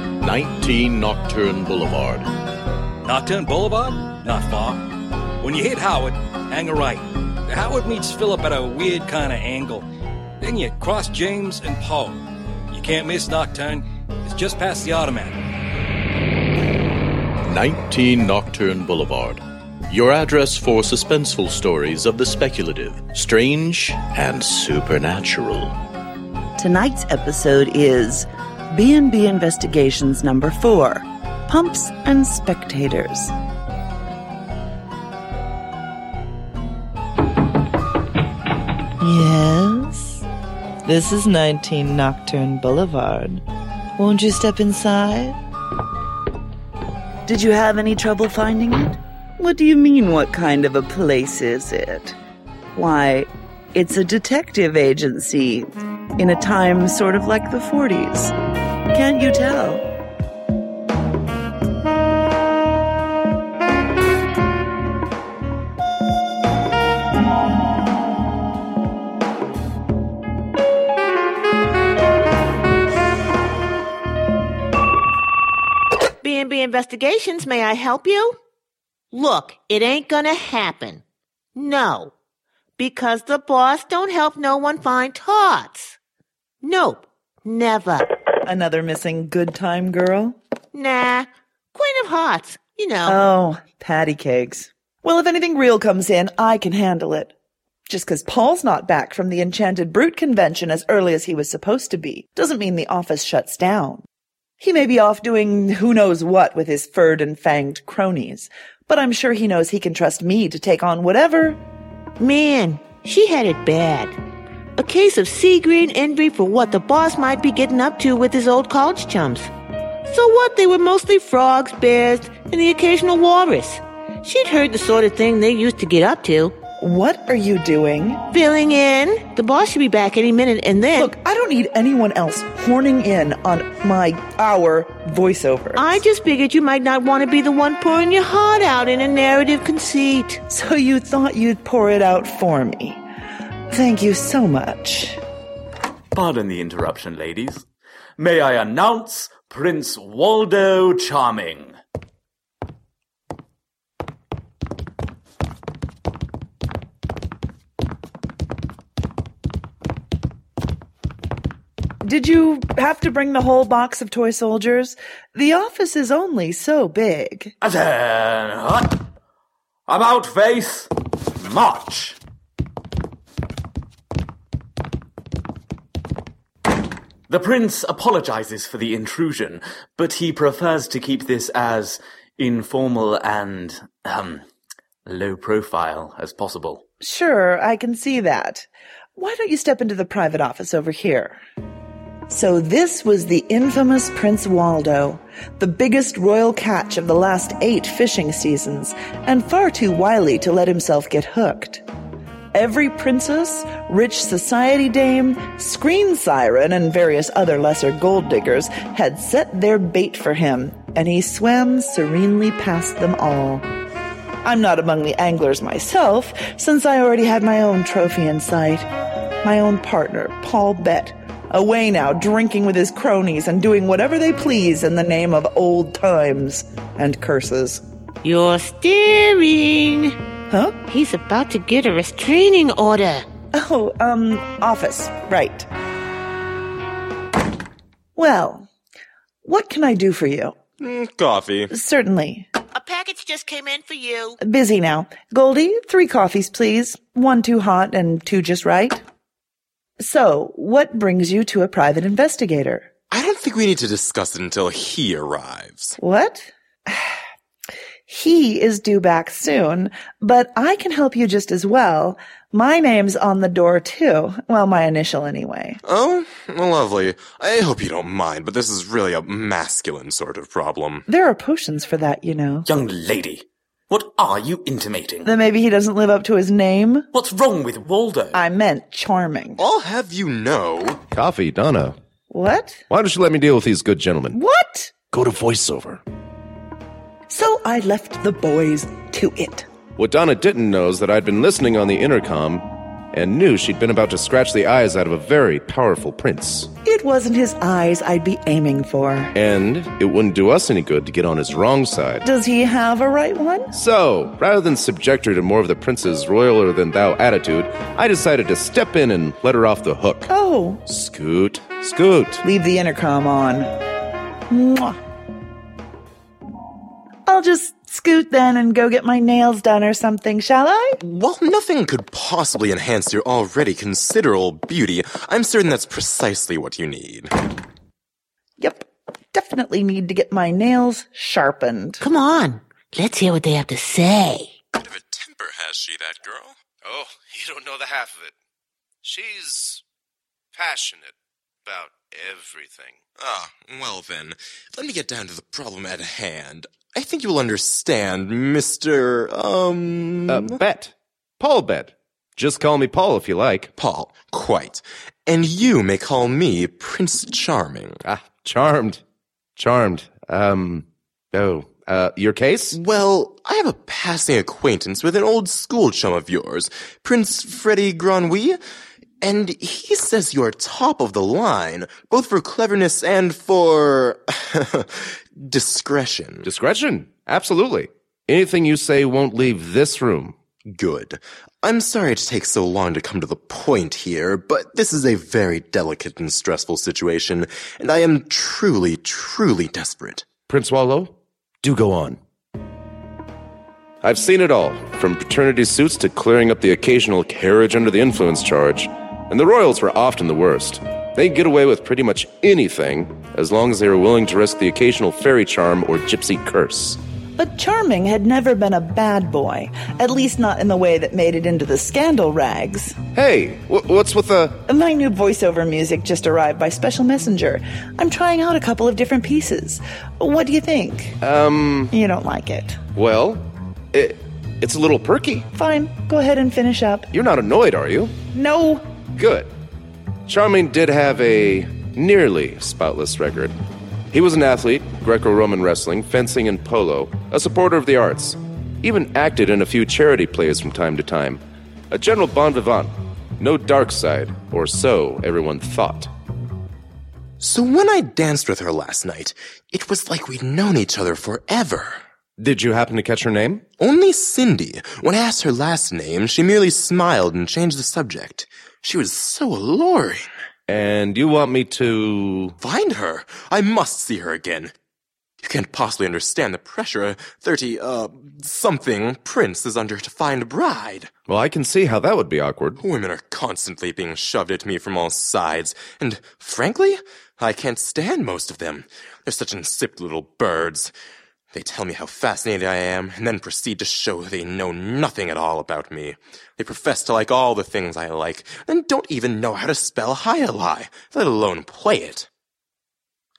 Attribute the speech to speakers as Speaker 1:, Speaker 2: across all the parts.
Speaker 1: 19 Nocturne Boulevard.
Speaker 2: Nocturne Boulevard? Not far. When you hit Howard, hang a right. Howard meets Philip at a weird kind of angle. Then you cross James and Paul. You can't miss Nocturne. It's just past the automat.
Speaker 1: 19 Nocturne Boulevard. Your address for suspenseful stories of the speculative, strange, and supernatural.
Speaker 3: Tonight's episode is B&B Investigations number 4, Pumps and Spectators.
Speaker 4: Yes. This is 19 Nocturne Boulevard. Won't you step inside?
Speaker 3: Did you have any trouble finding it? What do you mean, what kind of a place is it? Why, it's a detective agency in a time sort of like the 40s. Can't you tell?
Speaker 5: B&B Investigations, may I help you? Look, it ain't gonna happen. No. Because the boss don't help no one find tots. Nope. Never.
Speaker 4: Another missing good time girl?
Speaker 5: Nah. Queen of Hearts, you know.
Speaker 4: Oh, patty cakes. Well, if anything real comes in, I can handle it. Just 'cause Paul's not back from the Enchanted Brute convention as early as he was supposed to be doesn't mean the office shuts down. He may be off doing who knows what with his furred and fanged cronies, but I'm sure he knows he can trust me to take on whatever.
Speaker 5: Man, she had it bad. A case of sea green envy for what the boss might be getting up to with his old college chums. So what? They were mostly frogs, bears, and the occasional walrus. She'd heard the sort of thing they used to get up to.
Speaker 4: What are you doing?
Speaker 5: Filling in. The boss should be back any minute, and then
Speaker 4: Look, I don't need anyone else horning in on my our voiceover.
Speaker 5: I just figured you might not want to be the one pouring your heart out in a narrative conceit.
Speaker 4: So you thought you'd pour it out for me. Thank you so much.
Speaker 6: Pardon the interruption, ladies. May I announce Prince Waldo Charming?
Speaker 4: Did you have to bring the whole box of toy soldiers? The office is only so big.
Speaker 6: Atten- hut. About face, march. The prince apologizes for the intrusion, but he prefers to keep this as informal and, um, low profile as possible.
Speaker 4: Sure, I can see that. Why don't you step into the private office over here? So this was the infamous Prince Waldo, the biggest royal catch of the last eight fishing seasons, and far too wily to let himself get hooked. Every princess, rich society dame, screen siren, and various other lesser gold diggers had set their bait for him, and he swam serenely past them all. I'm not among the anglers myself, since I already had my own trophy in sight. My own partner, Paul Bett, away now drinking with his cronies and doing whatever they please in the name of old times and curses.
Speaker 5: You're steering.
Speaker 4: Huh?
Speaker 5: He's about to get a restraining order.
Speaker 4: Oh, um, office, right. Well, what can I do for you?
Speaker 7: Mm, Coffee.
Speaker 4: Certainly.
Speaker 5: A package just came in for you.
Speaker 4: Busy now. Goldie, three coffees, please. One too hot and two just right. So, what brings you to a private investigator?
Speaker 7: I don't think we need to discuss it until he arrives.
Speaker 4: What? He is due back soon, but I can help you just as well. My name's on the door too. Well, my initial anyway.
Speaker 7: Oh, lovely. I hope you don't mind, but this is really a masculine sort of problem.
Speaker 4: There are potions for that, you know.
Speaker 6: Young lady, what are you intimating?
Speaker 4: Then maybe he doesn't live up to his name.
Speaker 6: What's wrong with Waldo?
Speaker 4: I meant charming.
Speaker 7: I'll have you know.
Speaker 8: Coffee, Donna.
Speaker 4: What?
Speaker 8: Why don't you let me deal with these good gentlemen?
Speaker 4: What?
Speaker 8: Go to voiceover.
Speaker 4: So I left the boys to it.
Speaker 8: What Donna didn't know is that I'd been listening on the intercom
Speaker 9: and knew she'd been about to scratch the eyes out of a very powerful prince.
Speaker 4: It wasn't his eyes I'd be aiming for.
Speaker 9: And it wouldn't do us any good to get on his wrong side.
Speaker 4: Does he have a right one?
Speaker 9: So, rather than subject her to more of the prince's royaler than thou attitude, I decided to step in and let her off the hook.
Speaker 4: Oh,
Speaker 9: Scoot, scoot.
Speaker 4: leave the intercom on. Mwah. I'll just scoot then and go get my nails done or something, shall I?
Speaker 7: While nothing could possibly enhance your already considerable beauty, I'm certain that's precisely what you need.
Speaker 4: Yep. Definitely need to get my nails sharpened.
Speaker 5: Come on, let's hear what they have to say.
Speaker 7: Bit of a temper has she, that girl?
Speaker 9: Oh, you don't know the half of it. She's passionate about everything.
Speaker 7: Ah, well then, let me get down to the problem at hand. I think you'll understand, Mr. Um.
Speaker 9: Uh, Bet. Paul Bet. Just call me Paul if you like.
Speaker 7: Paul, quite. And you may call me Prince Charming.
Speaker 9: Ah, charmed. Charmed. Um, oh, uh, your case?
Speaker 7: Well, I have a passing acquaintance with an old school chum of yours, Prince Freddie Granwy, and he says you're top of the line, both for cleverness and for discretion.
Speaker 9: Discretion. Absolutely. Anything you say won't leave this room.
Speaker 7: Good. I'm sorry to take so long to come to the point here, but this is a very delicate and stressful situation, and I am truly, truly desperate.
Speaker 9: Prince Wallow, do go on. I've seen it all, from paternity suits to clearing up the occasional carriage under the influence charge, and the royals were often the worst. They'd get away with pretty much anything as long as they were willing to risk the occasional fairy charm or gypsy curse.
Speaker 4: But Charming had never been a bad boy, at least not in the way that made it into the scandal rags.
Speaker 9: Hey, wh- what's with the.
Speaker 4: My new voiceover music just arrived by special messenger. I'm trying out a couple of different pieces. What do you think? Um. You don't like it.
Speaker 9: Well, it, it's a little perky.
Speaker 4: Fine, go ahead and finish up.
Speaker 9: You're not annoyed, are you?
Speaker 4: No,
Speaker 9: Good. Charming did have a nearly spotless record. He was an athlete, Greco Roman wrestling, fencing, and polo, a supporter of the arts, even acted in a few charity plays from time to time. A general bon vivant, no dark side, or so everyone thought.
Speaker 7: So when I danced with her last night, it was like we'd known each other forever.
Speaker 9: Did you happen to catch her name?
Speaker 7: Only Cindy. When I asked her last name, she merely smiled and changed the subject. She was so alluring.
Speaker 9: And you want me to.
Speaker 7: Find her. I must see her again. You can't possibly understand the pressure a thirty uh something prince is under to find a bride.
Speaker 9: Well, I can see how that would be awkward.
Speaker 7: Women are constantly being shoved at me from all sides, and frankly, I can't stand most of them. They're such insipid little birds. They tell me how fascinated I am, and then proceed to show they know nothing at all about me. They profess to like all the things I like, and don't even know how to spell Hyali, let alone play it.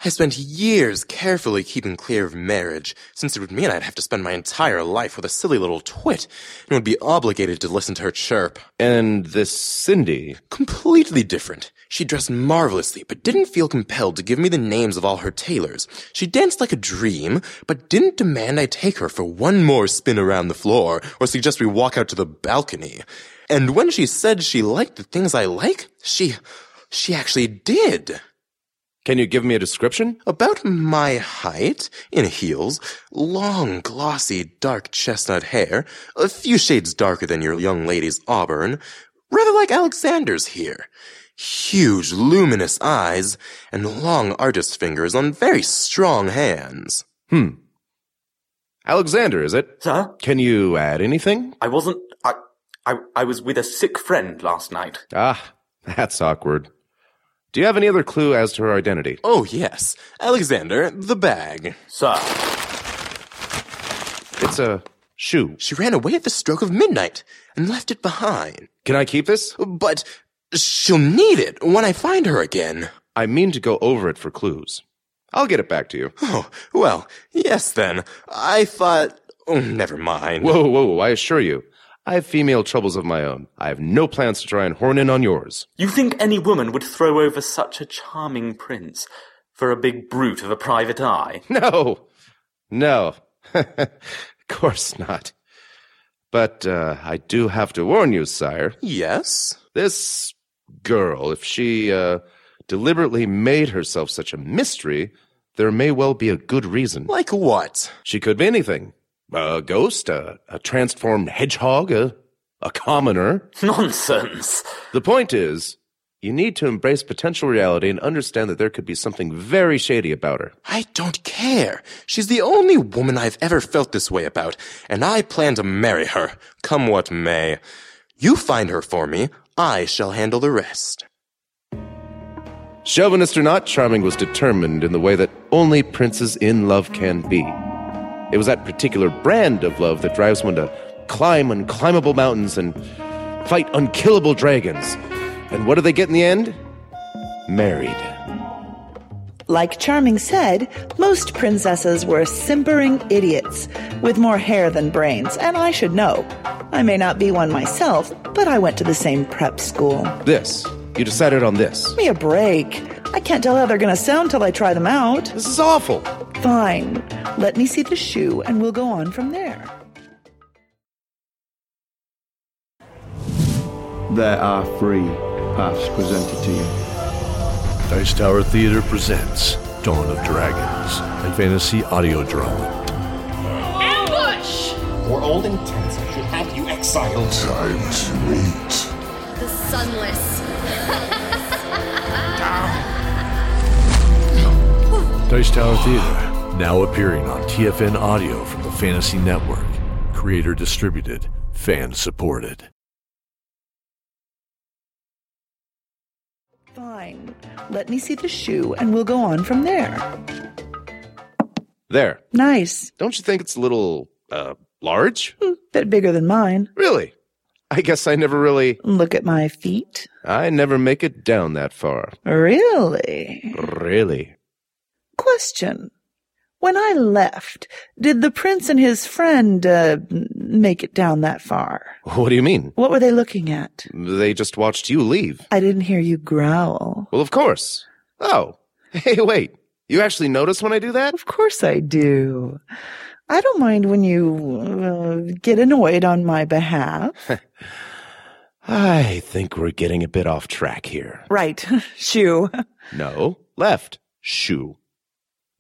Speaker 7: I spent years carefully keeping clear of marriage, since it would mean I'd have to spend my entire life with a silly little twit, and would be obligated to listen to her chirp
Speaker 9: And this Cindy.
Speaker 7: completely different. She dressed marvelously, but didn't feel compelled to give me the names of all her tailors. She danced like a dream, but didn't demand I take her for one more spin around the floor or suggest we walk out to the balcony. And when she said she liked the things I like, she, she actually did.
Speaker 9: Can you give me a description?
Speaker 7: About my height, in heels, long, glossy, dark chestnut hair, a few shades darker than your young lady's auburn, rather like Alexander's here. Huge, luminous eyes, and long artist fingers on very strong hands.
Speaker 9: Alexander, is it?
Speaker 6: Sir?
Speaker 9: Can you add anything?
Speaker 6: I wasn't. I, I, I was with a sick friend last night.
Speaker 9: Ah, that's awkward. Do you have any other clue as to her identity?
Speaker 7: Oh, yes, Alexander, the bag.
Speaker 6: Sir.
Speaker 9: It's a shoe.
Speaker 7: She ran away at the stroke of midnight and left it behind.
Speaker 9: Can I keep this?
Speaker 7: But she'll need it when I find her again.
Speaker 9: I mean to go over it for clues. I'll get it back to you.
Speaker 7: Oh, well, yes then. I thought. Oh, never mind.
Speaker 9: Whoa, whoa, whoa, I assure you. I have female troubles of my own. I have no plans to try and horn in on yours.
Speaker 6: You think any woman would throw over such a charming prince for a big brute of a private eye?
Speaker 9: No! No. of course not. But uh, I do have to warn you, sire.
Speaker 7: Yes?
Speaker 9: This girl, if she uh, deliberately made herself such a mystery, there may well be a good reason.
Speaker 7: Like what?
Speaker 9: She could be anything a ghost, a, a transformed hedgehog, a, a commoner.
Speaker 6: Nonsense.
Speaker 9: The point is, you need to embrace potential reality and understand that there could be something very shady about her.
Speaker 7: I don't care. She's the only woman I've ever felt this way about, and I plan to marry her, come what may. You find her for me, I shall handle the rest.
Speaker 9: Chauvinist or not, Charming was determined in the way that only princes in love can be. It was that particular brand of love that drives one to climb unclimbable mountains and fight unkillable dragons. And what do they get in the end? Married.
Speaker 4: Like Charming said, most princesses were simpering idiots with more hair than brains, and I should know. I may not be one myself, but I went to the same prep school.
Speaker 9: This. You decided on this.
Speaker 4: Give me a break. I can't tell how they're going to sound till I try them out.
Speaker 9: This is awful.
Speaker 4: Fine. Let me see the shoe, and we'll go on from there.
Speaker 10: There are three paths presented to you.
Speaker 8: Dice Tower Theater presents Dawn of Dragons, a fantasy audio drama.
Speaker 11: Ambush!
Speaker 12: For all intents, I should have you exiled.
Speaker 8: Time to eat.
Speaker 11: The sunless.
Speaker 8: Dice Tower Theater, now appearing on TFN Audio from the Fantasy Network. Creator distributed, fan supported.
Speaker 4: Fine. Let me see the shoe, and we'll go on from there.
Speaker 9: There.
Speaker 4: Nice. Hmm,
Speaker 9: Don't you think it's a little, uh, large?
Speaker 4: Bit bigger than mine.
Speaker 9: Really? I guess I never really.
Speaker 4: Look at my feet.
Speaker 9: I never make it down that far.
Speaker 4: Really?
Speaker 9: Really?
Speaker 4: Question. When I left, did the prince and his friend uh, m- make it down that far?
Speaker 9: What do you mean?
Speaker 4: What were they looking at?
Speaker 9: They just watched you leave.
Speaker 4: I didn't hear you growl.
Speaker 9: Well, of course. Oh. Hey, wait. You actually notice when I do that?
Speaker 4: Of course I do. I don't mind when you uh, get annoyed on my behalf.
Speaker 9: I think we're getting a bit off track here.
Speaker 4: right, shoe.
Speaker 9: No, left. Shoe.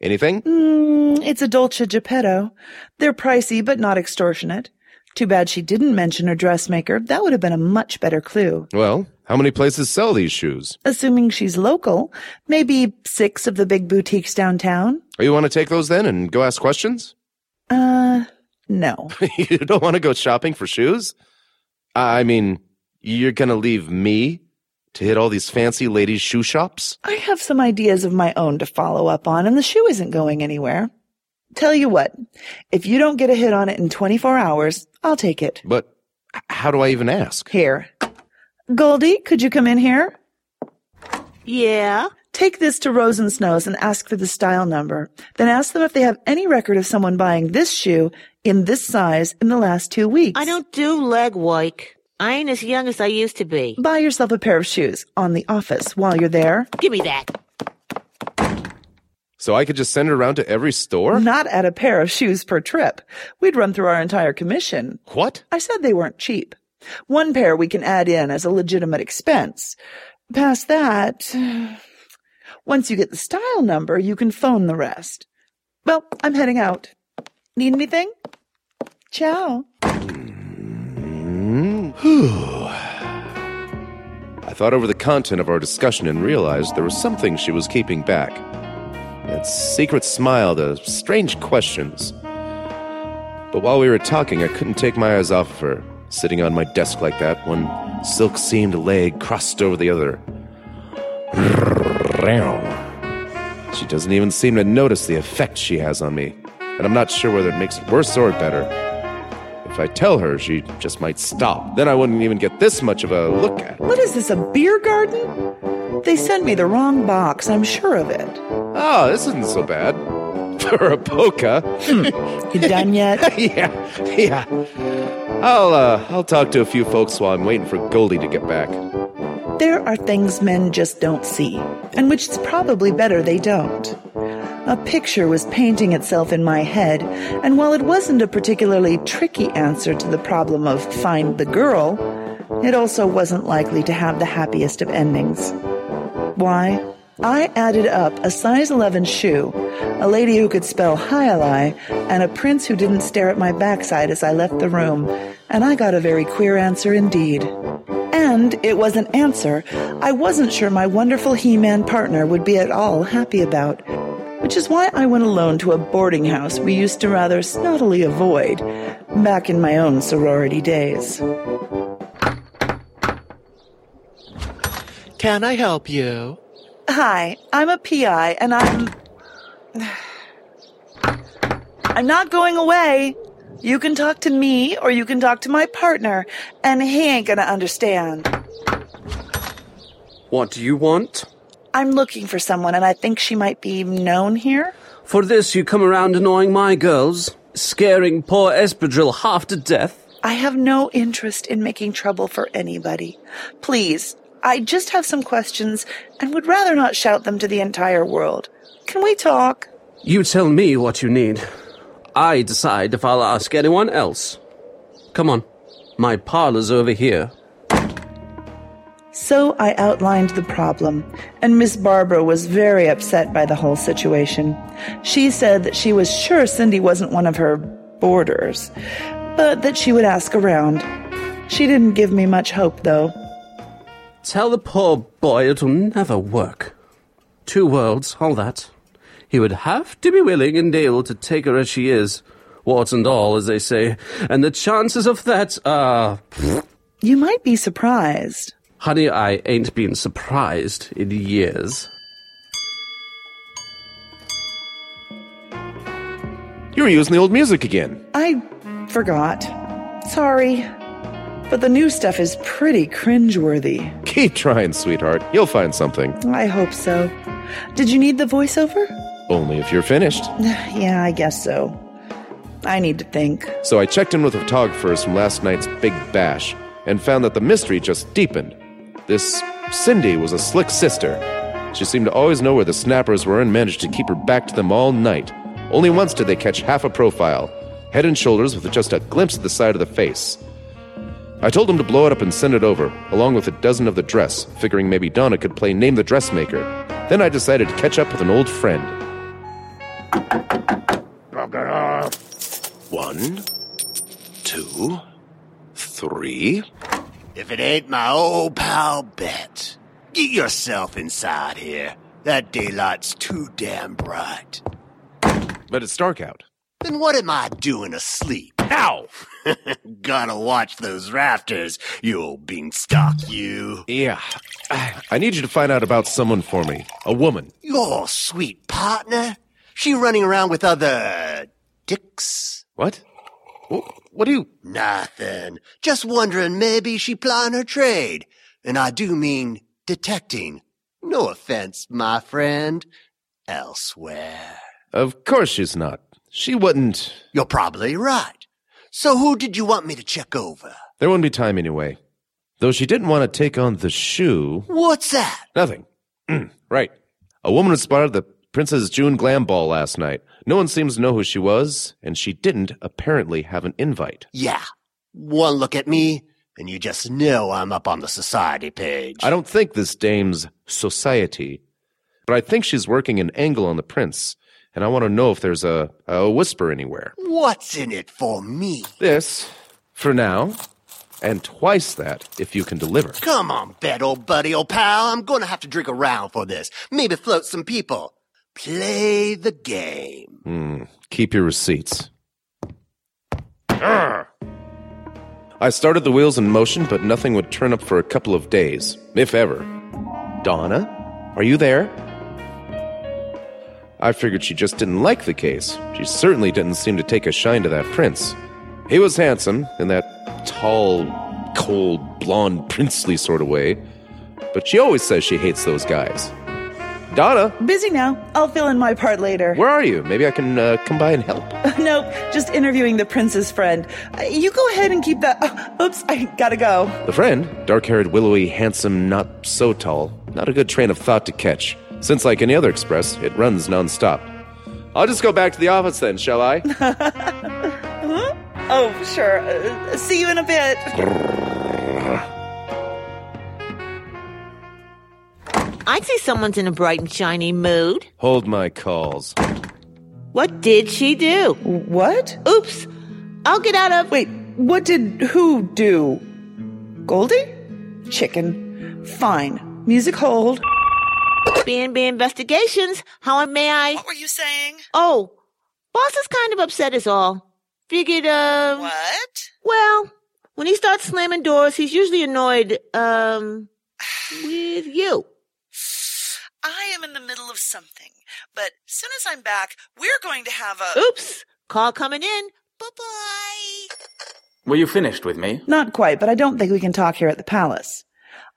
Speaker 9: Anything?
Speaker 4: Mm, it's a Dolce Geppetto. They're pricey, but not extortionate. Too bad she didn't mention her dressmaker. That would have been a much better clue.
Speaker 9: Well, how many places sell these shoes?
Speaker 4: Assuming she's local, maybe six of the big boutiques downtown.
Speaker 9: Oh, you want to take those then and go ask questions?
Speaker 4: Uh, no.
Speaker 9: you don't want to go shopping for shoes? I mean, you're going to leave me to hit all these fancy ladies' shoe shops?
Speaker 4: I have some ideas of my own to follow up on, and the shoe isn't going anywhere. Tell you what, if you don't get a hit on it in 24 hours, I'll take it.
Speaker 9: But h- how do I even ask?
Speaker 4: Here. Goldie, could you come in here?
Speaker 5: Yeah.
Speaker 4: Take this to Rose and Snows and ask for the style number. Then ask them if they have any record of someone buying this shoe in this size in the last two weeks.
Speaker 5: I don't do leg work. I ain't as young as I used to be.
Speaker 4: Buy yourself a pair of shoes on the office while you're there.
Speaker 5: Give me that.
Speaker 9: So I could just send it around to every store?
Speaker 4: Not at a pair of shoes per trip. We'd run through our entire commission.
Speaker 9: What?
Speaker 4: I said they weren't cheap. One pair we can add in as a legitimate expense. Past that, once you get the style number, you can phone the rest. Well, I'm heading out. Need anything? Ciao.
Speaker 9: I thought over the content of our discussion and realized there was something she was keeping back. That secret smile, the strange questions. But while we were talking, I couldn't take my eyes off of her, sitting on my desk like that, one silk seamed leg crossed over the other. She doesn't even seem to notice the effect she has on me, and I'm not sure whether it makes it worse or better. If I tell her, she just might stop. Then I wouldn't even get this much of a look at.
Speaker 4: What is this, a beer garden? They sent me the wrong box, I'm sure of it.
Speaker 9: Oh, this isn't so bad. For a polka.
Speaker 4: You done yet?
Speaker 9: yeah, yeah. I'll uh, I'll talk to a few folks while I'm waiting for Goldie to get back.
Speaker 4: there are things men just don't see, and which it's probably better they don't. A picture was painting itself in my head, and while it wasn't a particularly tricky answer to the problem of find the girl, It also wasn't likely to have the happiest of endings. Why? I added up a size 11 shoe, a lady who could spell highlight, and a prince who didn't stare at my backside as I left the room, and I got a very queer answer indeed. And it was an answer I wasn't sure my wonderful He Man partner would be at all happy about, which is why I went alone to a boarding house we used to rather snottily avoid back in my own sorority days.
Speaker 13: Can I help you?
Speaker 4: Hi, I'm a PI and I'm. I'm not going away. You can talk to me or you can talk to my partner, and he ain't gonna understand.
Speaker 9: What do you want?
Speaker 4: I'm looking for someone and I think she might be known here.
Speaker 9: For this, you come around annoying my girls, scaring poor Espadrille half to death.
Speaker 4: I have no interest in making trouble for anybody. Please, I just have some questions and would rather not shout them to the entire world. Can we talk?
Speaker 9: You tell me what you need. I decide if I'll ask anyone else. Come on, my parlor's over here.
Speaker 4: So I outlined the problem, and Miss Barbara was very upset by the whole situation. She said that she was sure Cindy wasn't one of her boarders, but that she would ask around. She didn't give me much hope, though.
Speaker 9: Tell the poor boy it'll never work. Two worlds, all that. He would have to be willing and able to take her as she is, warts and all, as they say, and the chances of that are.
Speaker 4: You might be surprised.
Speaker 9: Honey, I ain't been surprised in years.
Speaker 8: You were using the old music again.
Speaker 4: I forgot. Sorry. But the new stuff is pretty cringeworthy.
Speaker 8: Keep trying, sweetheart. You'll find something.
Speaker 4: I hope so. Did you need the voiceover?
Speaker 8: Only if you're finished.
Speaker 4: yeah, I guess so. I need to think.
Speaker 8: So I checked in with the photographers from last night's big bash and found that the mystery just deepened. This Cindy was a slick sister. She seemed to always know where the snappers were and managed to keep her back to them all night. Only once did they catch half a profile, head and shoulders with just a glimpse of the side of the face. I told him to blow it up and send it over, along with a dozen of the dress, figuring maybe Donna could play Name the Dressmaker. Then I decided to catch up with an old friend.
Speaker 14: One, two, three.
Speaker 11: If it ain't my old pal Bet, get yourself inside here. That daylight's too damn bright.
Speaker 8: But it's dark out.
Speaker 11: Then what am I doing asleep? Ow! Gotta watch those rafters, you old beanstalk, you.
Speaker 8: Yeah. I need you to find out about someone for me. A woman.
Speaker 11: Your sweet partner? She running around with other dicks?
Speaker 8: What? What do you?
Speaker 11: Nothing. Just wondering maybe she plying her trade. And I do mean detecting. No offense, my friend. Elsewhere.
Speaker 8: Of course she's not. She wouldn't.
Speaker 11: You're probably right. So who did you want me to check over?
Speaker 8: There wouldn't be time anyway. Though she didn't want to take on the shoe.
Speaker 11: What's that?
Speaker 8: Nothing. right. A woman was spotted at the Princess June Glam Ball last night. No one seems to know who she was, and she didn't apparently have an invite.
Speaker 11: Yeah. One look at me, and you just know I'm up on the society page.
Speaker 8: I don't think this dame's society, but I think she's working an angle on the prince, and I want to know if there's a, a whisper anywhere.
Speaker 11: What's in it for me?
Speaker 8: This, for now, and twice that if you can deliver.
Speaker 11: Come on, bed, old buddy, old pal. I'm gonna have to drink around for this. Maybe float some people. Play the game.
Speaker 8: Hmm. keep your receipts. Arr! I started the wheels in motion, but nothing would turn up for a couple of days, if ever. Donna, are you there? I figured she just didn't like the case. She certainly didn't seem to take a shine to that prince. He was handsome in that tall, cold, blonde, princely sort of way, but she always says she hates those guys. Donna,
Speaker 4: Busy now. I'll fill in my part later.
Speaker 8: where are you? Maybe I can uh, come by and help.
Speaker 4: nope, just interviewing the prince's friend. Uh, You go ahead and keep that. oh, oops, I gotta go.
Speaker 8: The friend, dark haired, willowy, handsome, not so tall, not a good train of thought to catch, since, like any other express, it runs nonstop. I'll just go back to the office then, shall I?
Speaker 4: Oh, sure. Uh, see you in a bit.
Speaker 5: I see someone's in a bright and shiny mood.
Speaker 8: Hold my calls.
Speaker 5: What did she do?
Speaker 15: What?
Speaker 5: Oops. I'll get out of.
Speaker 15: Wait, what did who do? Goldie? Chicken. Fine. Music hold.
Speaker 5: B&B Investigations. How may I?
Speaker 16: What were you saying?
Speaker 5: Oh, boss is kind of upset is all. Figured, um.
Speaker 16: What?
Speaker 5: Well, when he starts slamming doors, he's usually annoyed, um, with you.
Speaker 16: I am in the middle of something, but soon as I'm back, we're going to have a.
Speaker 5: Oops. Call coming in.
Speaker 6: Were you finished with me?
Speaker 4: Not quite, but I don't think we can talk here at the palace.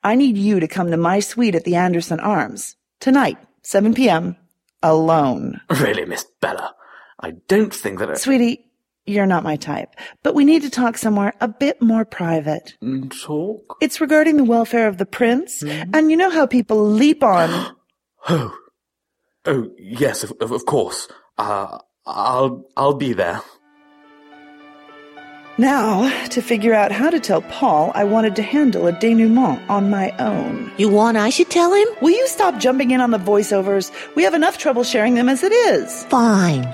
Speaker 4: I need you to come to my suite at the Anderson Arms tonight, 7 p.m., alone.
Speaker 6: Really, Miss Bella? I don't think that. I...
Speaker 4: Sweetie, you're not my type, but we need to talk somewhere a bit more private.
Speaker 6: Talk?
Speaker 4: It's regarding the welfare of the prince, and you know how people leap on.
Speaker 6: Oh, oh yes, of, of, of course. Uh, I'll I'll be there.
Speaker 4: now, to figure out how to tell Paul I wanted to handle a denouement on my own.
Speaker 5: You want I should tell him?
Speaker 4: Will you stop jumping in on the voiceovers? We have enough trouble sharing them as it is.
Speaker 5: Fine.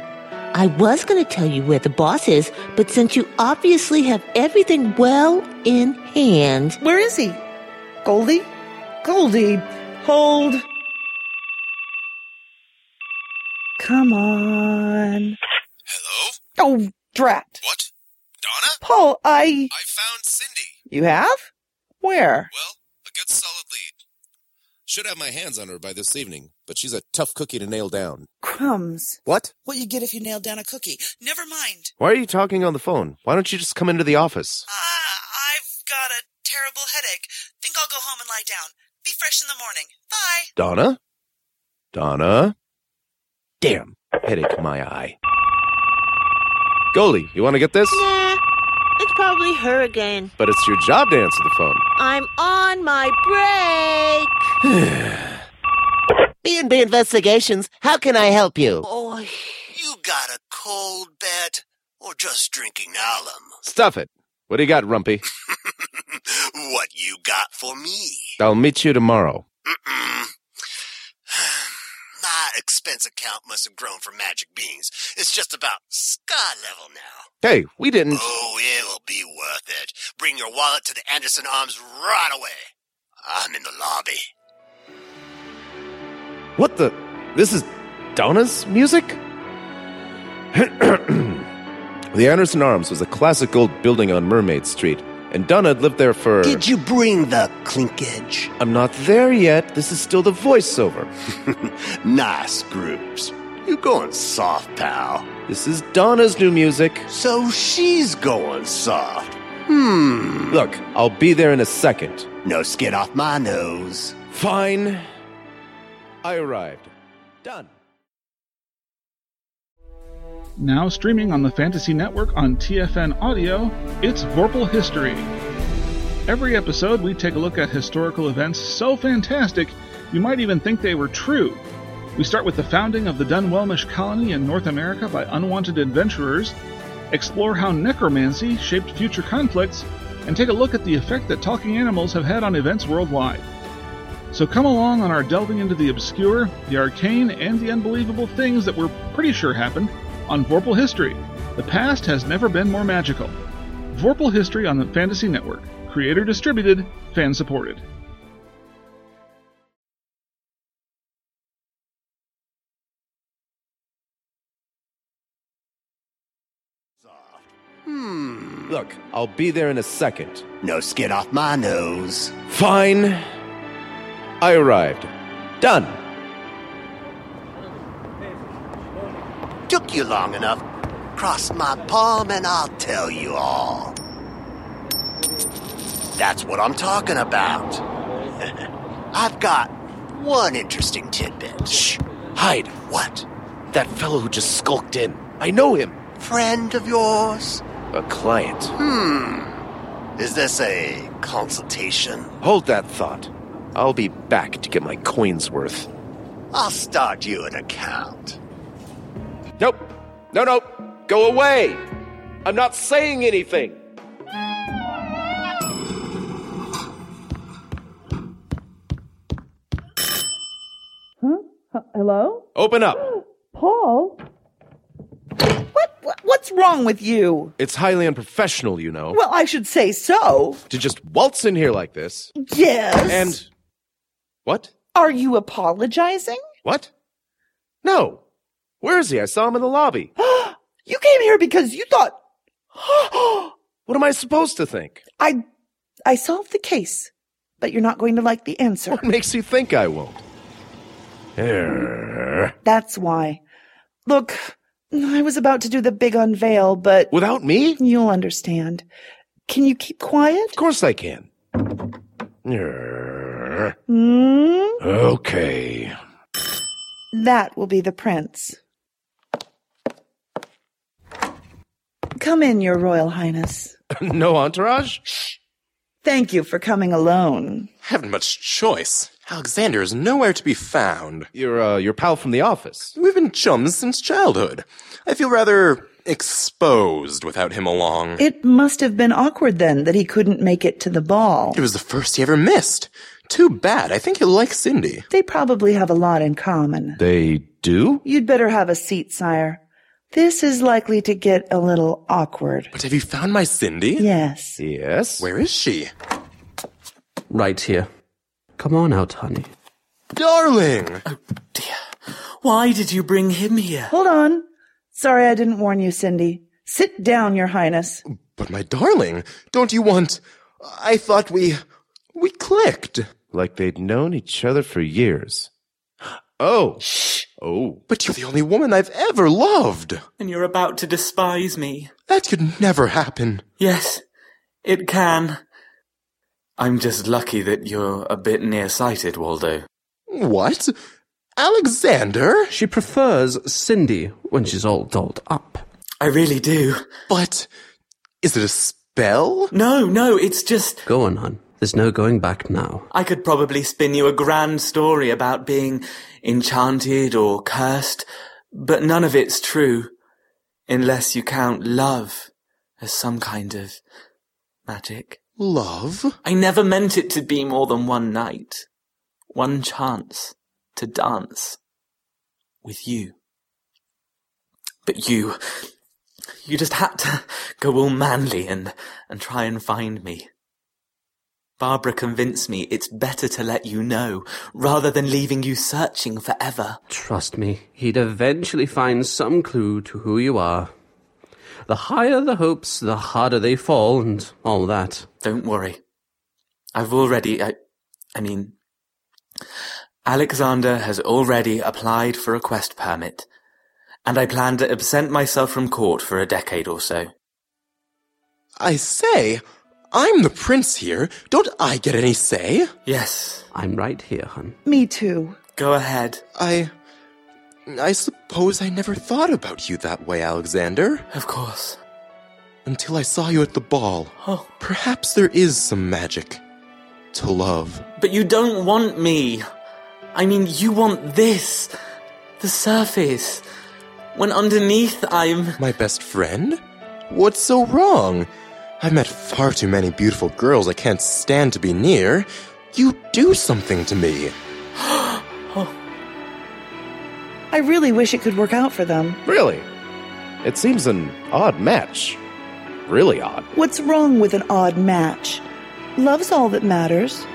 Speaker 5: I was going to tell you where the boss is, but since you obviously have everything well in hand.
Speaker 4: Where is he? Goldie? Goldie, hold. Come on. Hello? Oh, drat. What? Donna? Paul, I.
Speaker 17: I found Cindy.
Speaker 4: You have? Where?
Speaker 17: Well, a good solid lead.
Speaker 18: Should have my hands on her by this evening, but she's a tough cookie to nail down.
Speaker 4: Crumbs.
Speaker 18: What?
Speaker 16: What you get if you nailed down a cookie. Never mind.
Speaker 8: Why are you talking on the phone? Why don't you just come into the office?
Speaker 16: Ah, I've got a terrible headache. Think I'll go home and lie down. Be fresh in the morning. Bye.
Speaker 8: Donna? Donna? Damn. Headache in my eye. Goalie, you want to get this?
Speaker 5: Nah, it's probably her again.
Speaker 8: But it's your job to answer the phone.
Speaker 5: I'm on my break.
Speaker 7: B&B Investigations, how can I help you?
Speaker 5: Oh,
Speaker 11: You got a cold bet or just drinking alum?
Speaker 8: Stuff it. What do you got, Rumpy?
Speaker 11: What you got for me?
Speaker 8: I'll meet you tomorrow.
Speaker 11: Mm-mm. My expense account must have grown for magic beans. It's just about sky level now.
Speaker 8: Hey, we didn't.
Speaker 11: Oh, it'll be worth it. Bring your wallet to the Anderson Arms right away. I'm in the lobby.
Speaker 8: What the? This is Donna's music? the Anderson Arms was a classic old building on Mermaid Street, and Donna had lived there for.
Speaker 11: Did you bring the clinkage?
Speaker 8: I'm not there yet. This is still the voiceover.
Speaker 11: nice groups. You going soft, pal.
Speaker 8: This is Donna's new music.
Speaker 11: So she's going soft. Hmm.
Speaker 8: Look, I'll be there in a second.
Speaker 11: No skin off my nose.
Speaker 8: Fine. I arrived. Done.
Speaker 9: Now streaming on the Fantasy Network on TFN Audio, it's Vorpal History. Every episode, we take a look at historical events so fantastic, you might even think they were true. We start with the founding of the Dunwelmish colony in North America by unwanted adventurers, explore how necromancy shaped future conflicts, and take a look at the effect that talking animals have had on events worldwide. So come along on our delving into the obscure, the arcane, and the unbelievable things that we're pretty sure happened on Vorpal History. The past has never been more magical. Vorpal History on the Fantasy Network. Creator distributed, fan supported.
Speaker 8: Look, I'll be there in a second.
Speaker 11: No skin off my nose.
Speaker 8: Fine. I arrived. Done.
Speaker 11: Took you long enough. Cross my palm and I'll tell you all. That's what I'm talking about. I've got one interesting tidbit. Shh.
Speaker 18: Hide.
Speaker 11: What?
Speaker 18: That fellow who just skulked in. I know him.
Speaker 11: Friend of yours?
Speaker 18: A client.
Speaker 11: Hmm. Is this a consultation?
Speaker 8: Hold that thought. I'll be back to get my coin's worth.
Speaker 11: I'll start you an account.
Speaker 8: Nope. No, no. Go away. I'm not saying anything.
Speaker 4: Uh, Hello?
Speaker 8: Open up.
Speaker 4: Paul? What, what? What's wrong with you?
Speaker 8: It's highly unprofessional, you know,
Speaker 4: Well, I should say so.
Speaker 8: to just waltz in here like this.
Speaker 4: Yes.
Speaker 8: And what?
Speaker 4: Are you apologizing?
Speaker 8: What? No. Where is he? I saw him in the lobby.
Speaker 4: You came here because you thought
Speaker 8: What am I supposed to think?
Speaker 4: I I solved the case, but you're not going to like the answer. What
Speaker 8: makes you think I won't? Err.
Speaker 4: That's why. Look, I was about to do the big unveil, but
Speaker 8: Without me?
Speaker 4: You'll understand. Can you keep quiet? Of
Speaker 8: course I can. Err.
Speaker 4: Mm,
Speaker 8: Okay.
Speaker 4: that will be the prince. Come in, your royal highness.
Speaker 8: no entourage?
Speaker 4: Thank you for coming alone.
Speaker 7: Haven't much choice. Alexander is nowhere to be found.
Speaker 8: Your uh, your pal from the office.
Speaker 7: We've been chums since childhood. I feel rather exposed without him along.
Speaker 4: It must have been awkward then that he couldn't make it to the ball.
Speaker 7: It was the first he ever missed. Too bad. I think he'll like Cindy.
Speaker 4: They probably have a lot in common.
Speaker 8: They do?
Speaker 4: You'd better have a seat, sire. This is likely to get a little awkward.
Speaker 7: But have you found my Cindy?
Speaker 4: Yes.
Speaker 8: Yes.
Speaker 7: Where is she?
Speaker 9: Right here. Come on out, honey.
Speaker 7: Darling!
Speaker 6: Why did you bring him here?
Speaker 4: Hold on. Sorry I didn't warn you, Cindy. Sit down, your highness.
Speaker 7: But my darling, don't you want. I thought we. we clicked.
Speaker 8: Like they'd known each other for years. Oh. Shh. Oh.
Speaker 7: But you're the only woman I've ever loved.
Speaker 6: And you're about to despise me.
Speaker 7: That could never happen.
Speaker 6: Yes, it can. I'm just lucky that you're a bit nearsighted, Waldo.
Speaker 7: What? Alexander?
Speaker 9: She prefers Cindy when she's all dolled up.
Speaker 6: I really do.
Speaker 7: But. Is it a spell?
Speaker 6: No, no, it's just.
Speaker 9: Go on, hon. There's no going back now.
Speaker 6: I could probably spin you a grand story about being enchanted or cursed, but none of it's true. Unless you count love as some kind of magic.
Speaker 7: Love?
Speaker 6: I never meant it to be more than one night, one chance to dance with you. But you, you just had to go all manly and, and try and find me. Barbara convinced me it's better to let you know rather than leaving you searching forever.
Speaker 9: Trust me, he'd eventually find some clue to who you are. The higher the hopes, the harder they fall, and all that.
Speaker 6: Don't worry. I've already, I, I mean, Alexander has already applied for a quest permit, and I plan to absent myself from court for a decade or so.
Speaker 7: I say, I'm the prince here. Don't I get any say?
Speaker 6: Yes,
Speaker 9: I'm right here, hun.
Speaker 4: Me too.
Speaker 6: go ahead.
Speaker 7: I. I suppose I never thought about you that way, Alexander.
Speaker 6: Of course.
Speaker 7: Until I saw you at the ball.
Speaker 6: Oh,
Speaker 7: Perhaps there is some magic to love.
Speaker 6: but you don't want me. I mean, you want this. The surface. When underneath I'm.
Speaker 7: My best friend? What's so wrong? I've met far too many beautiful girls I can't stand to be near. You do something to me.
Speaker 4: I really wish it could work out for them.
Speaker 8: Really? It seems an odd match. Really odd.
Speaker 4: What's wrong with an odd match? Love's all that matters.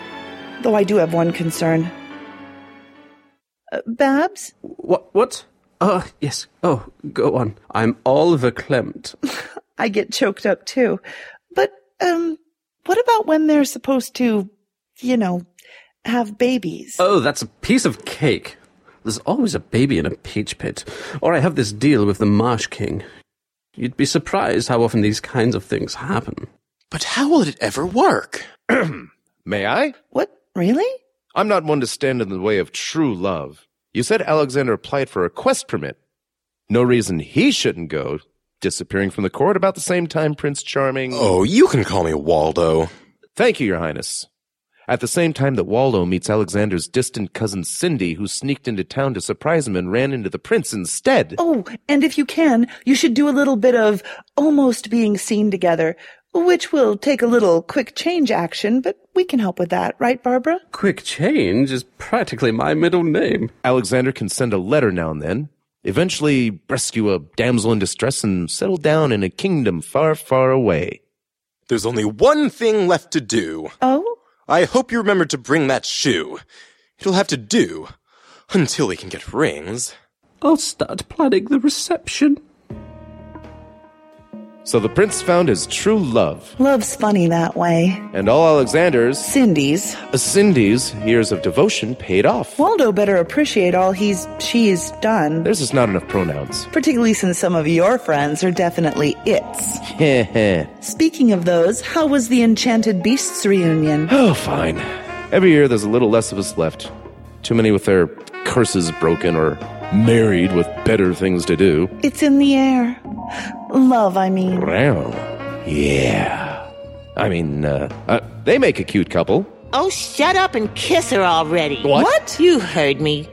Speaker 4: Though I do have one concern. Uh, Babs?
Speaker 9: What? What? Uh, yes. Oh, go on. I'm Oliver Klimt.
Speaker 4: I get choked up too. But, um, what about when they're supposed to, you know, have babies?
Speaker 9: Oh, that's a piece of cake. There's always a baby in a peach pit. Or I have this deal with the Marsh King. You'd be surprised how often these kinds of things happen.
Speaker 7: But how will it ever work?
Speaker 8: May I?
Speaker 4: What? Really?
Speaker 8: I'm not one to stand in the way of true love. You said Alexander applied for a quest permit. No reason he shouldn't go, disappearing from the court about the same time Prince Charming.
Speaker 7: Oh, you can call me Waldo.
Speaker 8: Thank you, Your Highness. At the same time that Waldo meets Alexander's distant cousin Cindy, who sneaked into town to surprise him and ran into the prince instead.
Speaker 4: Oh, and if you can, you should do a little bit of almost being seen together.
Speaker 19: which will take a little quick change action, but we can help with that, right, Barbara?
Speaker 9: Quick change is practically my middle name.
Speaker 8: Alexander can send a letter now and then, eventually rescue a damsel in distress, and settle down in a kingdom far, far away.
Speaker 7: There's only one thing left to do.
Speaker 19: Oh?
Speaker 7: I hope you remember to bring that shoe. It'll have to do until we can get rings.
Speaker 9: I'll start planning the reception.
Speaker 8: So the prince found his true love,
Speaker 19: Love's funny that way.
Speaker 8: and all Alexander's, uh,
Speaker 19: Cindy's,
Speaker 8: Cindy's years of devotion paid off.
Speaker 19: Waldo better appreciate all he's she's done,
Speaker 8: There's just not enough pronouns.
Speaker 19: particularly since some of your friends are definitely its.
Speaker 8: Heh heh.
Speaker 19: Speaking of those, how was the Enchanted Beasts reunion?
Speaker 8: Oh, fine. Every year there's a little less of us left. Too many with their curses broken or married with better things to do.
Speaker 19: It's in the air. Love, I mean.
Speaker 8: Wow. Yeah. I mean, uh, uh, they make a cute couple.
Speaker 5: Oh, shut up and kiss her already.
Speaker 8: What?
Speaker 5: You heard me.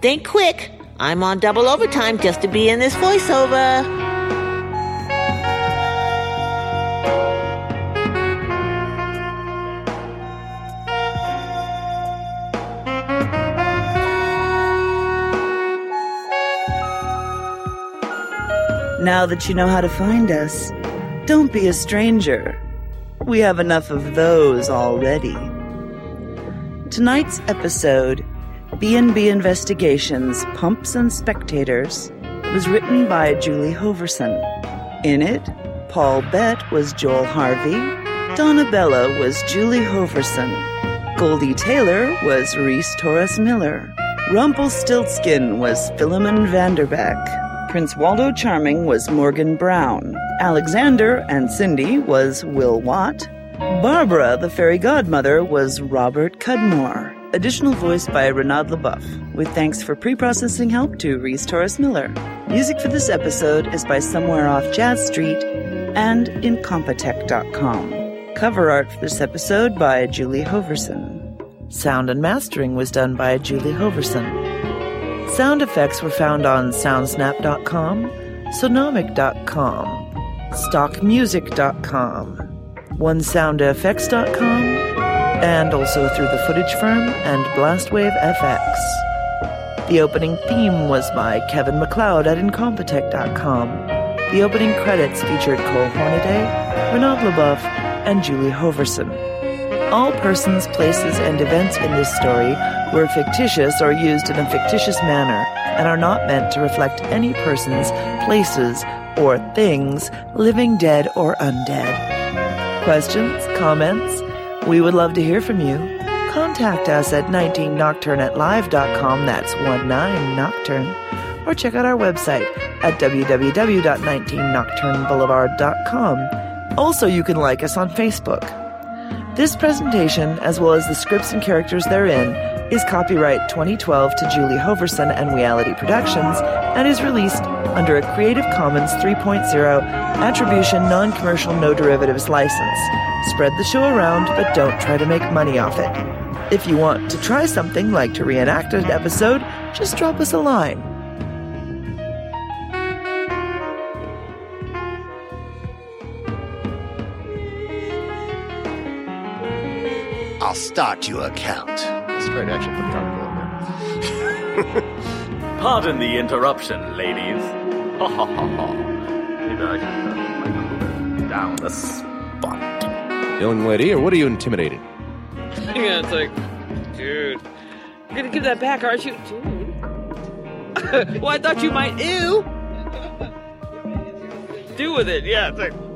Speaker 5: Think quick. I'm on double overtime just to be in this voiceover.
Speaker 4: Now that you know how to find us,
Speaker 19: Don't be a stranger.
Speaker 4: we have enough of those already.
Speaker 19: Tonight's episode, B&B Investigations Pumps and Spectators, was written by Julie Hoverson.
Speaker 4: In it, Paul Bett was Joel Harvey, Donna Bella was Julie Hoverson, Goldie Taylor was Reese Torres Miller, Rumpelstiltskin was Philemon Vanderbeck, Prince Waldo Charming was Morgan Brown, Alexander and Cindy was Will Watt,
Speaker 19: Barbara, the fairy godmother, was Robert Cudmore. Additional voice by Renaud LaBeouf, with thanks for pre-processing help to Reese Torres Miller. Music for this episode is by Somewhere Off Jazz Street and Incompetech.com. Cover art for this episode by Julie Hoverson.
Speaker 4: Sound and mastering was done by Julie Hoverson. Sound effects were found on soundsnap.com, sonomic.com, stockmusic.com, onesoundfx.com, and also through the Footage Firm and Blastwave FX. The opening theme was by Kevin McLeod at incompetech.com. The opening credits featured Cole Hornaday, Renaud LaBeouf, and Julie Hoverson. All persons, places, and events in this story were fictitious or used in a fictitious manner and are not meant to reflect any persons, places, or things, living, dead, or undead. Questions? Comments? We would love to hear from you. Contact us at 19nocturne at live.com, that's 19nocturne, or check out our website at www.19nocturneBoulevard.com. Also, you can like us on Facebook. This presentation, as well as the scripts and characters therein, is copyright 2012 to Julie Hoverson and Reality Productions and is released under a Creative Commons 3.0 Attribution Non Commercial No Derivatives license. Spread the show around, but don't try to make money off it. If you want to try something like to reenact an episode, just drop us a line.
Speaker 20: I'll start your account. That's great action for the article in there.
Speaker 21: Pardon the interruption, ladies. Ha ha ha ha. Maybe I should uh, make a little bit down the spot.
Speaker 8: Young lady, or what are you intimidated?
Speaker 22: yeah, it's like, dude, you're gonna give that back, aren't you, dude? well, I thought you might. Ew. Do with it, yeah. It's like,